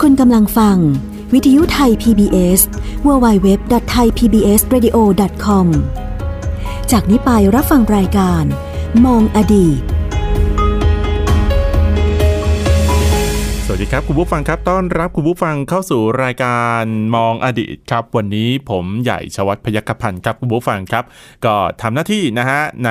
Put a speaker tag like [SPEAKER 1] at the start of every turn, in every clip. [SPEAKER 1] คุณกำลังฟัง วิทยุไทย PBS www.thaipbsradio.com จากนี้ไปรับฟังรายการ มองอดีต
[SPEAKER 2] สวัสดีครับ คุณผู้ฟังครับต้อนรับคุณผู้ฟังเข้าสู่รายการมองอดีตครับ วันนี้ผมใหญ่ชวัฒน์พยัคฆพันธ์ครับคุณผู้ฟังครับ ก็ทำหน้าที่นะฮะใน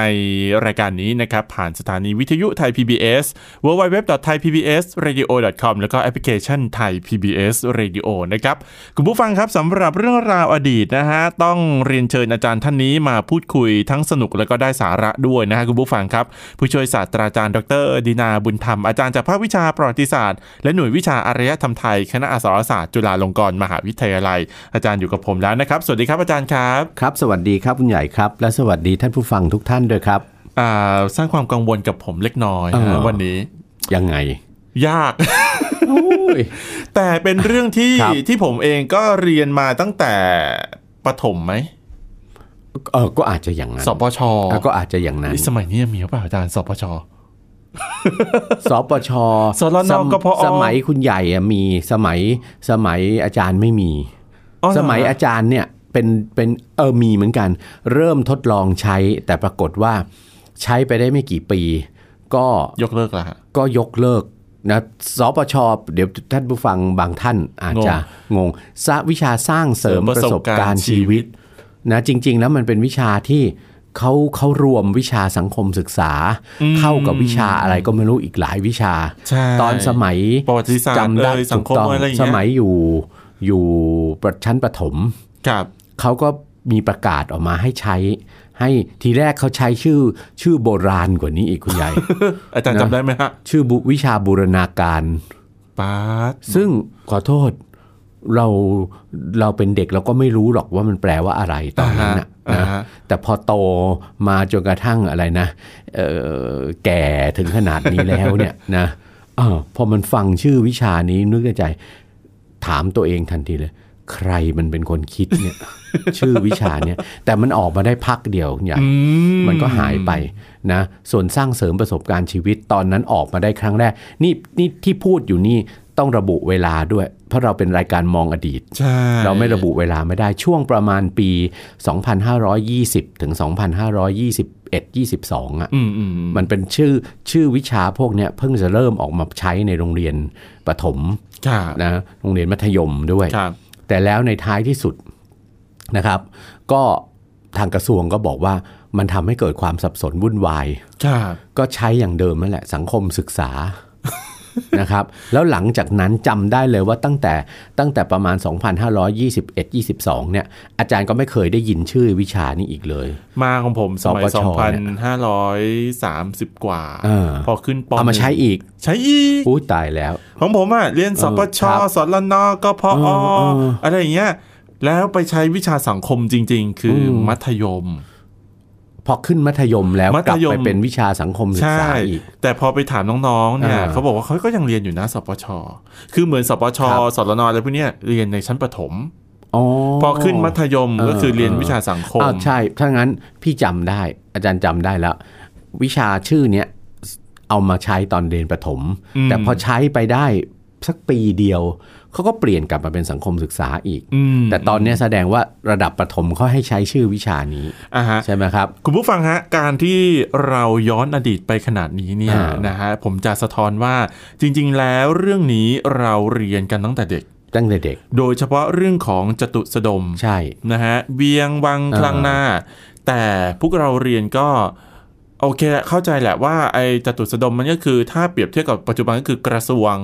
[SPEAKER 2] รายการนี้นะครับ ผ่านสถานีวิทยุไทย PBS www.thaipbsradio.com แล้วก็แอปพลิเคชันไทย PBS Radio นะครับ คุณผู้ฟังครับสำหรับเรื่องราวอดีตนะฮะต้องเรียนเชิญอาจารย์ท่านนี้มาพูดคุยทั้งสนุกแล้วก็ได้สาระด้วยนะฮะคุณผู้ฟังครับ ผู้ช่วยศาสตราจารย์ดรดินาบุญธรรมอาจารย์จากภาควิชาประวัติศาสตร์ และหน่วยวิชาอารยธรรมไทย คณะอักษรศาสตร์จุฬาลงกรณ์มหาวิทยาลัย อาจารย์อยู่กับผมแล้วนะครับ สวัสดีครับอาจารย์ครับ
[SPEAKER 3] ครับ สวัสดีครับคุณใหญ่ครับ และสวัสดีท่านผู้ฟังทุกท่านด้วยครับ
[SPEAKER 2] อ่าสร้างความกังวลกับผมเล็กน้อย
[SPEAKER 3] เออ
[SPEAKER 2] นะวันนี้
[SPEAKER 3] ยังไง
[SPEAKER 2] ยาก แต่เป็นเรื่องที่
[SPEAKER 3] ครับ
[SPEAKER 2] ที่ผมเองก็เรียนมาตั้งแต่ประถมไหม
[SPEAKER 3] เออก็อาจจะอย่างนั้น
[SPEAKER 2] สปช
[SPEAKER 3] เออก็อาจจะอย่างนั้น
[SPEAKER 2] นี่สมัยนี้ยังมีหรือเปล่าอาจารย์สปช
[SPEAKER 3] สปช
[SPEAKER 2] สรน
[SPEAKER 3] สม
[SPEAKER 2] กพอ
[SPEAKER 3] สมัยคุณใหญ่อะมีสมัยสมัยอาจารย์ไม่มี
[SPEAKER 2] อ๋อเหร
[SPEAKER 3] สมัยอาจารย์เนี่ยเป็นเป็นเออมีเหมือนกัน เริ่มทดลองใช้ แต่ปรากฏว่าใช้ไปได้ไม่กี่ปี ก็
[SPEAKER 2] ยกเลิกละฮะ
[SPEAKER 3] ก็ยกเลิกนะสปชเดี๋ยวท่านผู้ฟังบางท่านอาจจะงงสะวิชาสร้างเสริม
[SPEAKER 2] เสริมป
[SPEAKER 3] ประระ
[SPEAKER 2] ส
[SPEAKER 3] ส
[SPEAKER 2] บบ กา
[SPEAKER 3] การร
[SPEAKER 2] ณ์
[SPEAKER 3] ณ์
[SPEAKER 2] ชี
[SPEAKER 3] ชี
[SPEAKER 2] วิ
[SPEAKER 3] วิ
[SPEAKER 2] ต
[SPEAKER 3] ต นะจริง ๆ แล้วมันเป็นวิชาที่เขาเขารวมวิชาสังคมศึกษา เข้ากับวิชาอะไรก็ไม่รู้อีกหลายวิชา
[SPEAKER 2] ใช่
[SPEAKER 3] ตอนสมัย
[SPEAKER 2] ประวัติศาสตร์
[SPEAKER 3] จำได้
[SPEAKER 2] เอ่ยสั
[SPEAKER 3] ถู
[SPEAKER 2] ง
[SPEAKER 3] ก
[SPEAKER 2] คม
[SPEAKER 3] ต้อง
[SPEAKER 2] อะไรอย่างเงี้
[SPEAKER 3] ส
[SPEAKER 2] ย
[SPEAKER 3] มัยอยู่อยู่ประชั้นประถม
[SPEAKER 2] ครับ
[SPEAKER 3] เขาก็มีประกาศออกมาให้ใช้ ให้ทีแรกเขาใช้ชื่อชื่อโบราณกว่านี้อีกคุณใหญ่
[SPEAKER 2] อาจารย์
[SPEAKER 3] นะ
[SPEAKER 2] จำได้ไหมฮะ
[SPEAKER 3] ชื่อบุวิชาบูรณาการ
[SPEAKER 2] ป๊าด
[SPEAKER 3] ซึ่งขอโทษเราเราเป็นเด็กเราก็ไม่รู้หรอกว่ามันแปลว่าอะไรตอนนั้นน่ะ
[SPEAKER 2] อ่า
[SPEAKER 3] นะ
[SPEAKER 2] ฮะ
[SPEAKER 3] แต่พอโตมาจนกระทั่งอะไรนะเอ่อแก่ถึงขนาดนี้แล้ว เนี่ย นะเออพอมันฟังชื่อวิชานี้นึกในใจ ถามตัวเองทันทีเลย ใครมันเป็นคนคิด เนี่ย ชื่อวิชาเนี่ย แต่มันออกมาได้พักเดียวใหญ่ มันก็หายไปนะส่วนสร้างเสริมประสบการณ์ชีวิตตอนนั้นออกมาได้ครั้งแรก นี่นี่ที่พูดอยู่นี่ต้องระบุเวลาด้วย เพราะเราเป็นรายการมองอดีต
[SPEAKER 2] ใช่
[SPEAKER 3] เราไม่ระบุเวลาไม่ได้ช่วงประมาณปี 2520 ถึง 2521 22อ่ะ
[SPEAKER 2] อืมอืม
[SPEAKER 3] มันเป็นชื่อชื่อวิชาพวกเนี้ยเพิ่งจะเริ่มออกมาใช้ในโรงเรียนประถม
[SPEAKER 2] ครับ
[SPEAKER 3] นะโรงเรียนมัธยมด้วย
[SPEAKER 2] ครับ
[SPEAKER 3] แต่แล้วในท้ายที่สุดนะครับ ก็ทางกระทรวงก็บอกว่ามันทำให้เกิดความสับสนวุ่นวาย
[SPEAKER 2] ครับ
[SPEAKER 3] ก็ใช้อย่างเดิมนั่นแหละ สังคมศึกษา นะครับ แล้วหลังจากนั้นจำได้เลยว่าตั้งแต่ตั้งแต่ประมาณ 2521-22 เนี่ย อาจารย์ก็ไม่เคยได้ยินชื่อวิชานี้อีกเลย
[SPEAKER 2] มาของผมสมัย
[SPEAKER 3] สปช
[SPEAKER 2] สองพัน
[SPEAKER 3] เนี่
[SPEAKER 2] ห้าร้อยสามสิบกว่า
[SPEAKER 3] เออ
[SPEAKER 2] พอขึ้นป
[SPEAKER 3] เอามาใช้อีก
[SPEAKER 2] ใช้อีก
[SPEAKER 3] อู้ตายแล้ว
[SPEAKER 2] ของผมอ่ะเรียนสปช
[SPEAKER 3] เออครับ
[SPEAKER 2] สรนกพอ
[SPEAKER 3] เออเอออ
[SPEAKER 2] อะไรอย่างเงี้ยแล้วไปใช้วิชาสังคมจริง ๆ คืออมัธยม
[SPEAKER 3] พอขึ้นมัธยมแล้ว
[SPEAKER 2] มั
[SPEAKER 3] ก
[SPEAKER 2] ธ
[SPEAKER 3] ลับ
[SPEAKER 2] ยม
[SPEAKER 3] ไปเป็นวิชาสังคมศึก
[SPEAKER 2] ใช่
[SPEAKER 3] ษาอีก
[SPEAKER 2] แต่พอไปถามน้องๆเนี่ย
[SPEAKER 3] อ่า
[SPEAKER 2] เขาบอกว่าเขาก็ยังเรียนอยู่นะสปช คือเหมือนสปช
[SPEAKER 3] ครับ
[SPEAKER 2] สรนอะไรพวกเนี้ยเรียนในชั้นประถม
[SPEAKER 3] อ๋อ
[SPEAKER 2] พอขึ้นมัธยม
[SPEAKER 3] เออ
[SPEAKER 2] ก็คือเรียน
[SPEAKER 3] เออ
[SPEAKER 2] วิชาสังคม
[SPEAKER 3] อ้าวใช่ ถ้างั้นพี่จำได้ อาจารย์จำได้แล้ว วิชาชื่อเนี้ยเอามาใช้ตอนเรียนประถม
[SPEAKER 2] อืม
[SPEAKER 3] แต่พอใช้ไปได้สักปีเดียว เขาก็เปลี่ยนกลับมาเป็นสังคมศึกษาอีก
[SPEAKER 2] อืม
[SPEAKER 3] แต่ตอนเนี้ยแสดงว่าระดับประถมเขาให้ใช้ชื่อวิชานี้
[SPEAKER 2] อ่าฮะ
[SPEAKER 3] ใช่ไหมครับ
[SPEAKER 2] คุณผู้ฟังฮะการที่เราย้อนอดีตไปขนาดนี้เนี่ย
[SPEAKER 3] อ่าน
[SPEAKER 2] นะฮะผมจะสะท้อนว่าจริง ๆ แล้วเรื่องนี้เราเรียนกันตั้งแต่เด็ก
[SPEAKER 3] ตั้งแต่เด็ก
[SPEAKER 2] โดยเฉพาะเรื่องของจตุสดม
[SPEAKER 3] ใช่
[SPEAKER 2] นะฮะเวียงวัง
[SPEAKER 3] อ่า
[SPEAKER 2] คลังหน้า แต่พวกเราเรียนก็โอเคแหละเข้าใจแหละว่าไอ้จตุสดมมันก็คือถ้าเปรียบเทียบกับปัจจุบันก็คือกระทรวง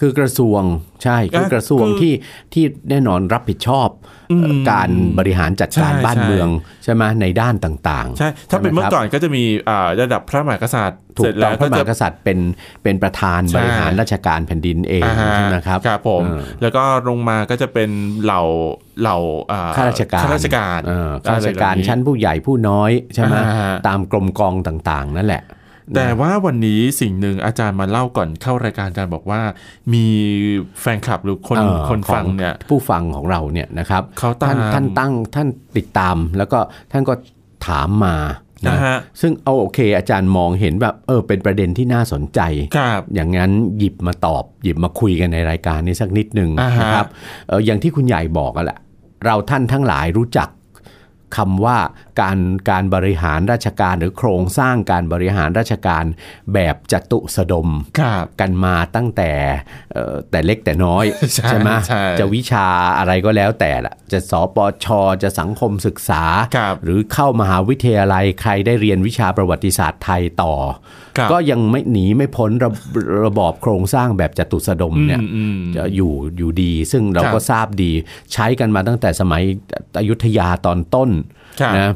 [SPEAKER 3] คือกระทรวงใช่คือกระทรวง
[SPEAKER 2] คือ
[SPEAKER 3] ที่ที่แน่นอนรับผิดชอบ
[SPEAKER 2] อืม
[SPEAKER 3] การบริหารจัดการ
[SPEAKER 2] ใช่
[SPEAKER 3] บ้าน
[SPEAKER 2] ใช่
[SPEAKER 3] เมืองใช่ไหมในด้านต่างๆ
[SPEAKER 2] ใช่ ถ้าเป็น
[SPEAKER 3] ไห
[SPEAKER 2] เมื่อ
[SPEAKER 3] ครับ
[SPEAKER 2] ก่อนก็จะมีอ่าระดับพระมหากษัตริย์
[SPEAKER 3] ถู
[SPEAKER 2] เสร็
[SPEAKER 3] ก
[SPEAKER 2] จ
[SPEAKER 3] ต้อ
[SPEAKER 2] แล้
[SPEAKER 3] ง
[SPEAKER 2] ว
[SPEAKER 3] พระ
[SPEAKER 2] ก็
[SPEAKER 3] มหา
[SPEAKER 2] จะ
[SPEAKER 3] กษัตริย์เป็นเป็นประธาน
[SPEAKER 2] ใช่
[SPEAKER 3] บริหารราชการแผ่นดินเอง
[SPEAKER 2] อ่าฮะ
[SPEAKER 3] ใช่ไหมครับ
[SPEAKER 2] ครับผม
[SPEAKER 3] เออ
[SPEAKER 2] แล้วก็ลงมาก็จะเป็นเหล่าเหล่าอ่
[SPEAKER 3] ข้าราชการ
[SPEAKER 2] ข้าราชการ
[SPEAKER 3] เออข้าราชการ
[SPEAKER 2] อะไเหล่นี้
[SPEAKER 3] ชั้นผู้ใหญ่ผู้น้อยใช่ไหม
[SPEAKER 2] อ่าฮะ
[SPEAKER 3] ตามกรมกองต่างๆ นั่นแหละ
[SPEAKER 2] แต่ว่าวันนี้สิ่งหนึ่งอาจารย์มาเล่าก่อนเข้ารายการอาจารย์บอกว่า มีแฟนคลับหรือคน
[SPEAKER 3] เออ
[SPEAKER 2] คนฟัง
[SPEAKER 3] ของ
[SPEAKER 2] เนี่ย
[SPEAKER 3] ผู้ฟังของเราเนี่ยนะครับ
[SPEAKER 2] เขาตาม
[SPEAKER 3] ท่านท่านตั้งท่านติดตามแล้วก็ท่านก็ถามมา นะ
[SPEAKER 2] อ่าฮะ
[SPEAKER 3] ซึ่งเอาโอเค อาจารย์มองเห็นแบบเออเป็นประเด็นที่น่าสนใจ
[SPEAKER 2] ครับ
[SPEAKER 3] อย่างนั้นหยิบมาตอบหยิบมาคุยกันในรายการนี้สักนิดหนึ่ง
[SPEAKER 2] อ่าฮะ
[SPEAKER 3] นะครับเอออย่างที่คุณใหญ่บอกกันแหละเราท่านทั้งหลายรู้จักคำว่าการการบริหารราชการหรือโครงสร้างการบริหารราชการแบบจตุสดม
[SPEAKER 2] ครับ
[SPEAKER 3] กันมาตั้งแต่เอ่อแต่เล็กแต่น้อย
[SPEAKER 2] ใช่
[SPEAKER 3] ไหม
[SPEAKER 2] ใช่
[SPEAKER 3] จะวิชาอะไรก็แล้วแต่ละจะสปชจะสังคมศึกษา
[SPEAKER 2] ครับ
[SPEAKER 3] หรือเข้ามหาวิทยาลัยใครได้เรียนวิชาประวัติศาสตร์ไทยต่อ
[SPEAKER 2] ครับ
[SPEAKER 3] ก็ยังไม่หนีไม่พ้นระระบอบโครงสร้างแบบจตุสดมเนี่ย
[SPEAKER 2] อืมอืม
[SPEAKER 3] จะอยู่อยู่ดี ซึ่งเรา
[SPEAKER 2] ครับ
[SPEAKER 3] ก็ทราบดี ใช้กันมาตั้งแต่สมัยอยุธยาตอนต้น
[SPEAKER 2] ครับ
[SPEAKER 3] นะ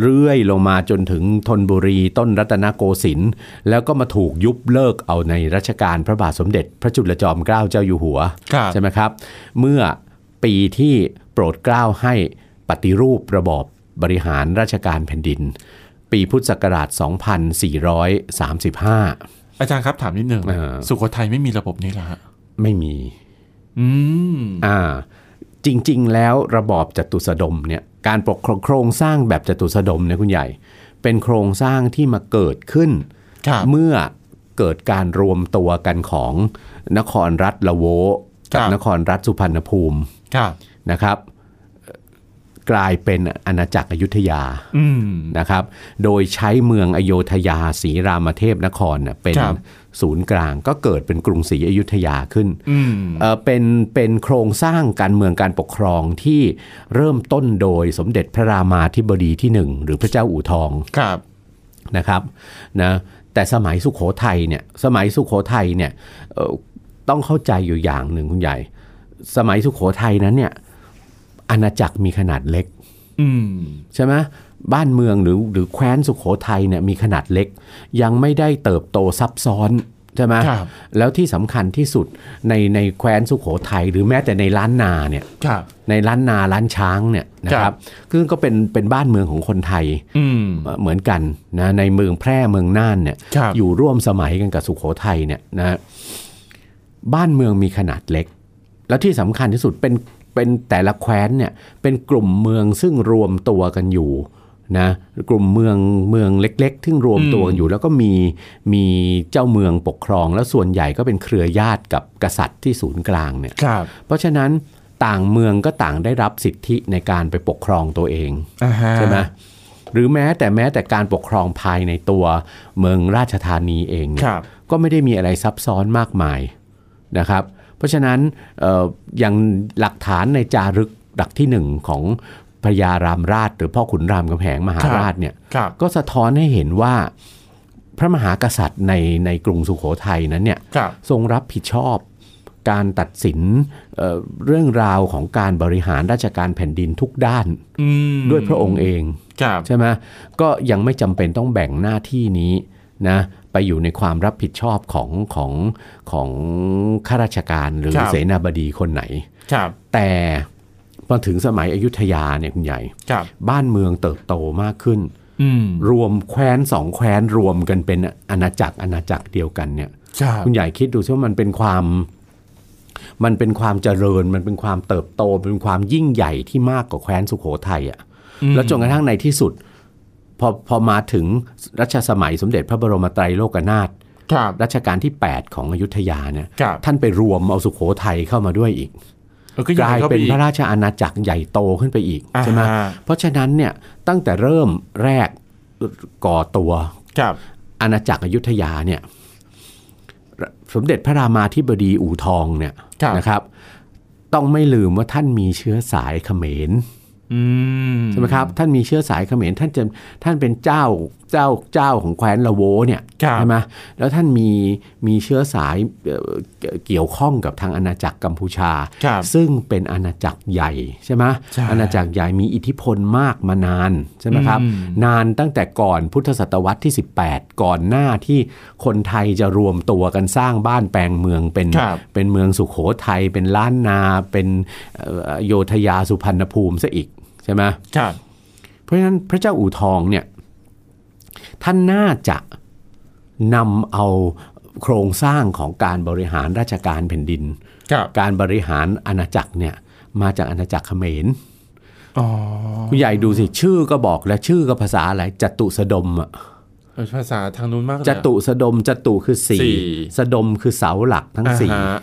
[SPEAKER 3] เรื่อยลงมาจนถึงธนบุรีต้นรัตนโกสินทร์แล้วก็มาถูกยุบเลิกเอาในรัชกาลพระบาทสมเด็จ พระจุลจอมเกล้าเจ้าอยู่หัว
[SPEAKER 2] ครับ
[SPEAKER 3] ใช่ไหมครับ เมื่อปีที่โปรดเกล้าให้ปฏิรูประบอบบริหารราชการแผ่นดิน ปีพุทธศักราช 2435
[SPEAKER 2] อาจารย์ครับถามนิดหนึ่ง
[SPEAKER 3] เออ
[SPEAKER 2] สุโขทัยไม่มีระบบนี้เหรอฮะ
[SPEAKER 3] ไม่มี
[SPEAKER 2] อืม
[SPEAKER 3] อ่าจริงๆ แล้วระบอบจตุสดมเนี่ยการปกครองโครงสร้างแบบจตุสดมเนี่ยคุณใหญ่ เป็นโครงสร้างที่มาเกิดขึ้น
[SPEAKER 2] ครับ
[SPEAKER 3] เมื่อเกิดการรวมตัวกันของนครรัฐละโวกั
[SPEAKER 2] ครับ
[SPEAKER 3] นครรัฐสุพรรณภูมิ
[SPEAKER 2] ครับ
[SPEAKER 3] นะครับเอ่อกลายเป็นอาณาจักรอยุธยา
[SPEAKER 2] อืม
[SPEAKER 3] นะครับ โดยใช้เมืองอโยธยาศรีรามเทพนครน่ะเป็น
[SPEAKER 2] ครับ
[SPEAKER 3] ศูนย์กลางก็เกิดเป็นกรุงศรีอยุธยาขึ้น
[SPEAKER 2] อืม
[SPEAKER 3] เอ่อเป็นเป็นโครงสร้างการเมืองการปกครองที่เริ่มต้นโดยสมเด็จพระรามาธิบดีที่หนึ่งหรือพระเจ้าอู่ทอง
[SPEAKER 2] ครับ
[SPEAKER 3] นะครับนะแต่สมัยสุขโขทัยเนี่ยสมัยสุขโขทัยเนี่ยเอ่อต้องเข้าใจอยู่อย่างหนึ่งคุณใหญ่ สมัยสุขโขทัยนั้นเนี่ยอาณาจักรมีขนาดเล็ก
[SPEAKER 2] อืม
[SPEAKER 3] ใช่ไหมบ้านเมืองหรือหรือแคว้นสุขโขทัยเนี่ยมีขนาดเล็ก ยังไม่ได้เติบโตซับซ้อนใช่ไหม
[SPEAKER 2] ครับ
[SPEAKER 3] แล้วที่สำคัญที่สุดในในแคว้นสุขโขทัยหรือแม้แต่ในล้านนาเนี่ย
[SPEAKER 2] ครับ
[SPEAKER 3] ในล้านนาล้านช้างเนี่ยนะค
[SPEAKER 2] ครั
[SPEAKER 3] รับบ ซึ่งก็เป็นเป็นบ้านเมืองของคนไทย
[SPEAKER 2] อืม
[SPEAKER 3] เอ่อเหมือนกันนะในเมืองแพร่เมืองน่านเนี่ย
[SPEAKER 2] ครับ
[SPEAKER 3] อยู่ร่วมสมัยกันกับสุโขทัยเนี่ยนะบ้านเมืองมีขนาดเล็ก แล้วที่สำคัญที่สุดเป็นเป็นแต่ละแคว้นเนี่ยเป็นกลุ่มเมืองซึ่งรวมตัวกันอยู่นะกลุ่มเมืองเมืองเล็กๆ ซึ่งรวมตัวกันอยู่ แล้วก็มีมีเจ้าเมืองปกครอง แล้วส่วนใหญ่ก็เป็นเครือญาติกับกษัตริย์ที่ศูนย์กลางเนี่ย
[SPEAKER 2] ครับ
[SPEAKER 3] เพราะฉะนั้นต่างเมืองก็ต่างได้รับสิทธิในการไปปกครองตัวเอง
[SPEAKER 2] อ่าฮะ
[SPEAKER 3] ใช่ไหมหรือแม้แต่แม้แต่การปกครองภายในตัวเมืองราชธานีเองเนี่ย
[SPEAKER 2] ครับ
[SPEAKER 3] ก็ไม่ได้มีอะไรซับซ้อนมากมายนะครับ เพราะฉะนั้นเอ่ออย่างหลักฐานในจารึกหลักที่หนึ่งของพญารามราช หรือพ่อขุนรามคำแหงมหาราชเนี่ย
[SPEAKER 2] ครับ
[SPEAKER 3] ก็สะท้อนให้เห็นว่าพระมหากษัตริย์ในในกรุงสุโขทัยนั้นเนี่ย
[SPEAKER 2] ครับ
[SPEAKER 3] ทรงรับผิดชอบการตัดสินเอ่อเรื่องราวของการบริหารราชการแผ่นดินทุกด้าน
[SPEAKER 2] อืม
[SPEAKER 3] ด้วยพระองค์เอง
[SPEAKER 2] ครับ
[SPEAKER 3] ใช่ไหมก็ยังไม่จำเป็นต้องแบ่งหน้าที่นี้นะไปอยู่ในความรับผิดชอบของของของข้าราชการหรือ
[SPEAKER 2] ครับ
[SPEAKER 3] เสนาบดีคนไหน
[SPEAKER 2] ครับ
[SPEAKER 3] แต่มาถึงสมัยอยุธยาเนี่ยคุณใหญ่
[SPEAKER 2] ครับ
[SPEAKER 3] บ้านเมืองเติบโตมากขึ้น
[SPEAKER 2] อืม
[SPEAKER 3] รวมแคว้นสองแคว้นรวมกันเป็นอาณาจักรอาณาจักรเดียวกันเนี่ย
[SPEAKER 2] ครับ
[SPEAKER 3] คุณใหญ่คิดดูซิว่ามันเป็นความ มันเป็นความเจริญ มันเป็นความเติบโต มันเป็นความยิ่งใหญ่ที่มากกว่าแคว้นสุโขทัยอะ่ะแล้วจนกระทั่งในที่สุด พอพอมาถึงรัชสมัยสมเด็จพระบรมไตรโลกนาถ
[SPEAKER 2] ครับ
[SPEAKER 3] รัชกาลที่ 8 ของอยุธยาเนี่ย
[SPEAKER 2] ครับ
[SPEAKER 3] ท่านไปรวมเอาสุโขทัยเข้ามาด้วยอีก
[SPEAKER 2] เออก็ให
[SPEAKER 3] ก
[SPEAKER 2] ญ่
[SPEAKER 3] ลาย
[SPEAKER 2] เข้าไป
[SPEAKER 3] เป็น
[SPEAKER 2] อีก
[SPEAKER 3] พระราชอาณาจักรใหญ่โตขึ้นไปอีก
[SPEAKER 2] อ่าฮะ
[SPEAKER 3] ใช่ไหมเพราะฉะนั้นเนี่ยตั้งแต่เริ่มแรกก่อตัว
[SPEAKER 2] ครับ
[SPEAKER 3] อาณาจักรอยุธยาเนี่ยสมเด็จพระรามาธิบดีอู่ทองเนี่ย
[SPEAKER 2] ครับ
[SPEAKER 3] นะครับ ต้องไม่ลืมว่าท่านมีเชื้อสายเขมร
[SPEAKER 2] อืม
[SPEAKER 3] ใช่ไหมครับท่านมีเชื้อสายเขมรท่านจะท่านเป็นเจ้าเจ้าเจ้าของแคว้นละโวเนี่ย
[SPEAKER 2] ครับ
[SPEAKER 3] ใช่ไหมแล้วท่านมีมีเชื้อสายเอ่อเกี่ยวข้องกับทางอาณาจักรกัมพูชา
[SPEAKER 2] ครับ
[SPEAKER 3] ซึ่งเป็นอาณาจักรใหญ่ใช่ไหม
[SPEAKER 2] ใช่
[SPEAKER 3] อาณาจักรใหญ่มีอิทธิพลมากมานานใช่ไหมครับ
[SPEAKER 2] อืม
[SPEAKER 3] นานตั้งแต่ก่อนพุทธศตวรรษที่ 18 ก่อนหน้าที่คนไทยจะรวมตัวกันสร้างบ้านแปลงเมืองเป็น
[SPEAKER 2] ครับ
[SPEAKER 3] เป็นเมืองสุขโขทัยเป็นล้านนาเป็นเอ่ออโยธยาสุพรรณภูมิซะอีกใช่ไหม
[SPEAKER 2] ครับ
[SPEAKER 3] เพราะฉะนั้นพระเจ้าอู่ทองเนี่ยท่านน่าจะนำเอาโครงสร้างของการบริหารราชการแผ่นดิน
[SPEAKER 2] ครับ
[SPEAKER 3] การบริหารอาณาจักรเนี่ยมาจากอาณาจักรเขมร
[SPEAKER 2] อ๋อ
[SPEAKER 3] คุณใหญ่ดูสิชื่อก็บอกแล้วชื่อก็ภาษาอะไรจตุสดมอะ
[SPEAKER 2] เออภาษาทางนู้นมากเลย
[SPEAKER 3] จตุสดมจตุคือสี่
[SPEAKER 2] สี่
[SPEAKER 3] สดมคือเสาหลักทั้ง
[SPEAKER 2] อ่า
[SPEAKER 3] สี่
[SPEAKER 2] ฮะ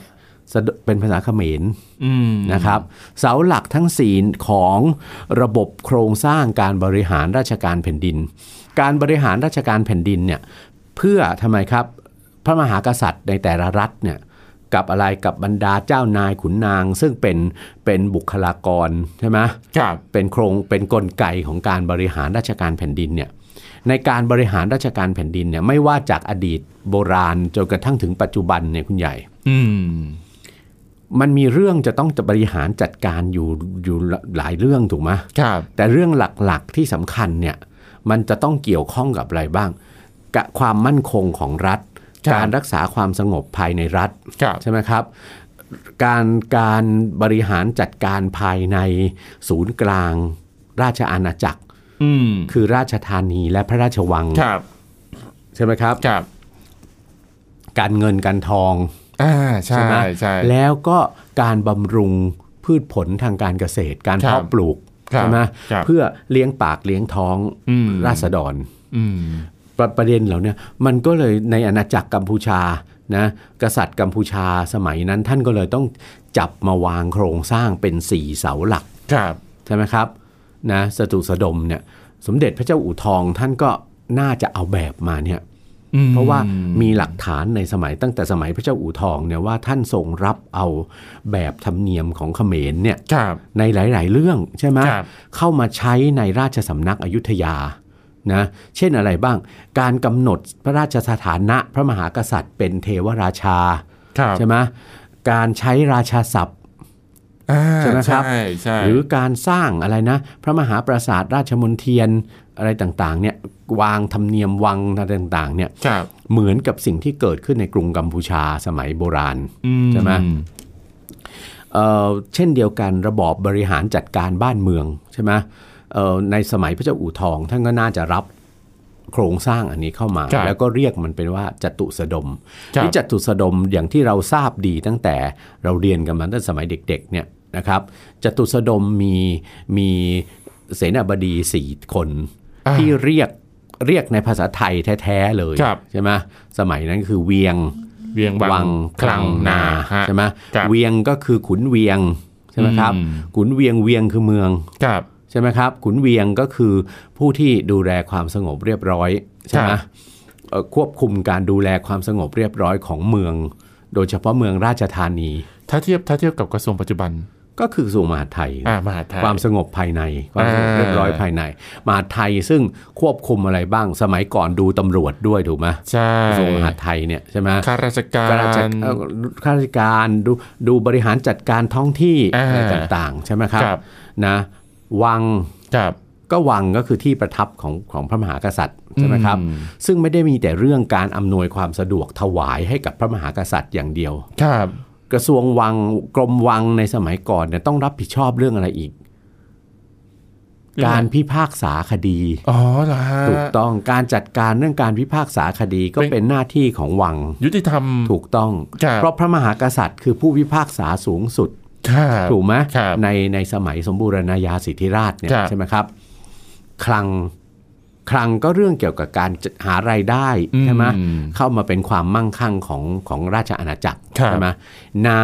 [SPEAKER 3] สดเป็นภาษาเขมร
[SPEAKER 2] อืม
[SPEAKER 3] นะครับเสาหลักทั้งสี่ของระบบโครงสร้างการบริหารราชการแผ่นดิน การบริหารราชการแผ่นดินเนี่ยเพื่อทำไมครับพระมหากษัตริย์ในแต่ละรัฐเนี่ยกับอะไรกับบรรดาเจ้านายขุนนาง ซึ่งเป็นเป็นบุคลากรใช่ไหม
[SPEAKER 2] ครับ
[SPEAKER 3] เป็นโครงเป็นกลไกของการบริหารราชการแผ่นดินเนี่ยในการบริหารราชการแผ่นดินเนี่ยไม่ว่าจากอดีตโบราณจนกระทั่งถึงปัจจุบันเนี่ยคุณใหญ่
[SPEAKER 2] อืม
[SPEAKER 3] มันมีเรื่องจะต้องจะบริหารจัดการอยู่อยู่หลายเรื่องถูกไหม
[SPEAKER 2] ครับ
[SPEAKER 3] แต่เรื่องหลักๆที่สำคัญเนี่ยมันจะต้องเกี่ยวข้องกับอะไรบ้างกับความมั่นคงของรัฐ การรักษาความสงบภายในรัฐ
[SPEAKER 2] ครับ
[SPEAKER 3] ใช่ไหมครับ การการบริหารจัดการภายในศูนย์กลาง ราชอาณาจักร
[SPEAKER 2] อืม
[SPEAKER 3] คือราชธานีและพระราชวัง
[SPEAKER 2] ครับ
[SPEAKER 3] ใช่ไหมครับ
[SPEAKER 2] ครับ
[SPEAKER 3] การเงินการทอง
[SPEAKER 2] อ่าใช่
[SPEAKER 3] ใช่ไหม
[SPEAKER 2] ใช่
[SPEAKER 3] แล้วก็การบำรุงพืชผลทางการเกษตร การ
[SPEAKER 2] ครับ
[SPEAKER 3] เพาะปลูก
[SPEAKER 2] ครับ
[SPEAKER 3] ใช่ไหม
[SPEAKER 2] ครับ
[SPEAKER 3] เพื่อเลี้ยงปากเลี้ยงท้อง
[SPEAKER 2] อืม
[SPEAKER 3] ราษฎร
[SPEAKER 2] อืม
[SPEAKER 3] ประประเด็นเหล่าเนี้ยมันก็เลยในอาณาจักรกัมพูชานะกษัตริย์กัมพูชาสมัยนั้นท่านก็เลยต้องจับมาวางโครงสร้างเป็นสี่เสาหลัก
[SPEAKER 2] ครับ
[SPEAKER 3] ใช่ไหมครับนะสตุสดมเนี่ยสมเด็จพระเจ้าอู่ทองท่านก็น่าจะเอาแบบมาเนี่ย
[SPEAKER 2] อืม
[SPEAKER 3] เพราะว่ามีหลักฐานในสมัยตั้งแต่สมัยพระเจ้าอู่ทองเนี่ยว่าท่านทรงรับเอาแบบธรรมเนียมของเขมรเนี่ย
[SPEAKER 2] ครับ
[SPEAKER 3] ในหลาย ๆ เรื่องใช่ไหม
[SPEAKER 2] ครับ
[SPEAKER 3] เข้ามาใช้ในราชสำนักอยุธยานะเช่นอะไรบ้าง การกำหนดพระราชสถานะพระมหากษัตริย์เป็นเทวราชา
[SPEAKER 2] ครับ
[SPEAKER 3] ใช่ไหมการใช้ราชาศัพท์
[SPEAKER 2] อ่า
[SPEAKER 3] ใช่ไหมครับ
[SPEAKER 2] ใช่ใช่
[SPEAKER 3] หรือการสร้างอะไรนะ พระมหาปราสาทราชมนเทียนอะไรต่างๆเนี่ยวางธรรมเนียมวังอะไรต่างๆเนี่ย
[SPEAKER 2] ครับ
[SPEAKER 3] เหมือนกับสิ่งที่เกิดขึ้นในกรุงกัมพูชาสมัยโบราณ
[SPEAKER 2] อืม
[SPEAKER 3] ใช่ไหม เอ่อเช่นเดียวกันระบอบบริหารจัดการบ้านเมืองใช่ไหมเอ่อในสมัยพระเจ้าอู่ทอง ท่านก็น่าจะรับโครงสร้างอันนี้เข้ามา
[SPEAKER 2] ครับ
[SPEAKER 3] แล้วก็เรียกมันเป็นว่าจตุสดม
[SPEAKER 2] ครับ
[SPEAKER 3] ที่จตุสดมอย่างที่เราทราบดีตั้งแต่เราเรียนกันมาตั้งแต่สมัยเด็กๆเนี่ยนะครับจตุสดมมีมีเสนาบดีสี่คน ที่เรียกเรียกในภาษาไทยแท้ๆเลย
[SPEAKER 2] ครับ
[SPEAKER 3] ใช่ไหมสมัยนั้นคือเวียง
[SPEAKER 2] เวียงวังคลังนาฮะ
[SPEAKER 3] ใช่ไหม
[SPEAKER 2] ครับ
[SPEAKER 3] เวียงก็คือขุนเวียงใช่ไหมครับ
[SPEAKER 2] อืม
[SPEAKER 3] ขุนเวียงเวียงคือเมือง
[SPEAKER 2] ครับ
[SPEAKER 3] ใช่ไหมครับขุนเวียงก็คือผู้ที่ดูแลความสงบเรียบร้อยใช่ไหม
[SPEAKER 2] ครับ
[SPEAKER 3] เอ่อควบคุมการดูแลความสงบเรียบร้อยของเมือง โดยเฉพาะเมืองราชธานี
[SPEAKER 2] ถ้าเทียบถ้าเทียบกับกระทรวงปัจจุบัน
[SPEAKER 3] ก็คือกระทรวงมหาดไทย
[SPEAKER 2] อ่ามหาดไทย
[SPEAKER 3] ความสงบภายในความสงบเรียบร้อยภายในมหาดไทยซึ่งควบคุมอะไรบ้างสมัยก่อนดูตำรวจด้วยถูกไหม
[SPEAKER 2] ใช่
[SPEAKER 3] กระทรวงมหาดไทยเนี่ยใช่ไหม
[SPEAKER 2] ข้าราชกา
[SPEAKER 3] ข้าราช
[SPEAKER 2] ร
[SPEAKER 3] การเอ่อข้าราชการดูดูบริหารจัดการท้องที่
[SPEAKER 2] อ่า
[SPEAKER 3] อะไรต่างๆ ใช่ไหมครับ
[SPEAKER 2] ครับ
[SPEAKER 3] นะวัง
[SPEAKER 2] ครับ
[SPEAKER 3] ก็วังก็คือที่ประทับของของพระมหากษัตริย์ใช่ไหมครับ
[SPEAKER 2] อืม
[SPEAKER 3] ซึ่งไม่ได้มีแต่เรื่องการอำนวยความสะดวกถวายให้กับพระมหากษัตริย์อย่างเดียว
[SPEAKER 2] ครับ
[SPEAKER 3] กระทรวงวังกรมวังในสมัยก่อนเนี่ยต้องรับผิดชอบเรื่องอะไรอีก
[SPEAKER 2] เรื่องอะไร
[SPEAKER 3] การพิพากษาคดี
[SPEAKER 2] อ๋อเหรอฮะ
[SPEAKER 3] ถูกต้องการจัดการเรื่องการพิพากษาคดีก็
[SPEAKER 2] เป็น
[SPEAKER 3] เป็นหน้าที่ของวัง
[SPEAKER 2] ยุติธรรม
[SPEAKER 3] ถูกต้อง
[SPEAKER 2] ครับ
[SPEAKER 3] เพราะพระมหากษัตริย์คือผู้พิพากษาสูงสุด
[SPEAKER 2] ครับ
[SPEAKER 3] ถูกไหม
[SPEAKER 2] ครับ
[SPEAKER 3] ในในสมัยสมบูรณาญาสิทธิราชเนี่ย
[SPEAKER 2] ครับ
[SPEAKER 3] ใช่ไหมครับคลังคลังก็เรื่องเกี่ยวกับการจัดหารายได้ใช่ไหม
[SPEAKER 2] อื
[SPEAKER 3] เข้ามาเป็นความมั่งคั่งของของราชอาณาจักร
[SPEAKER 2] ครับ
[SPEAKER 3] ใช่ไหมนา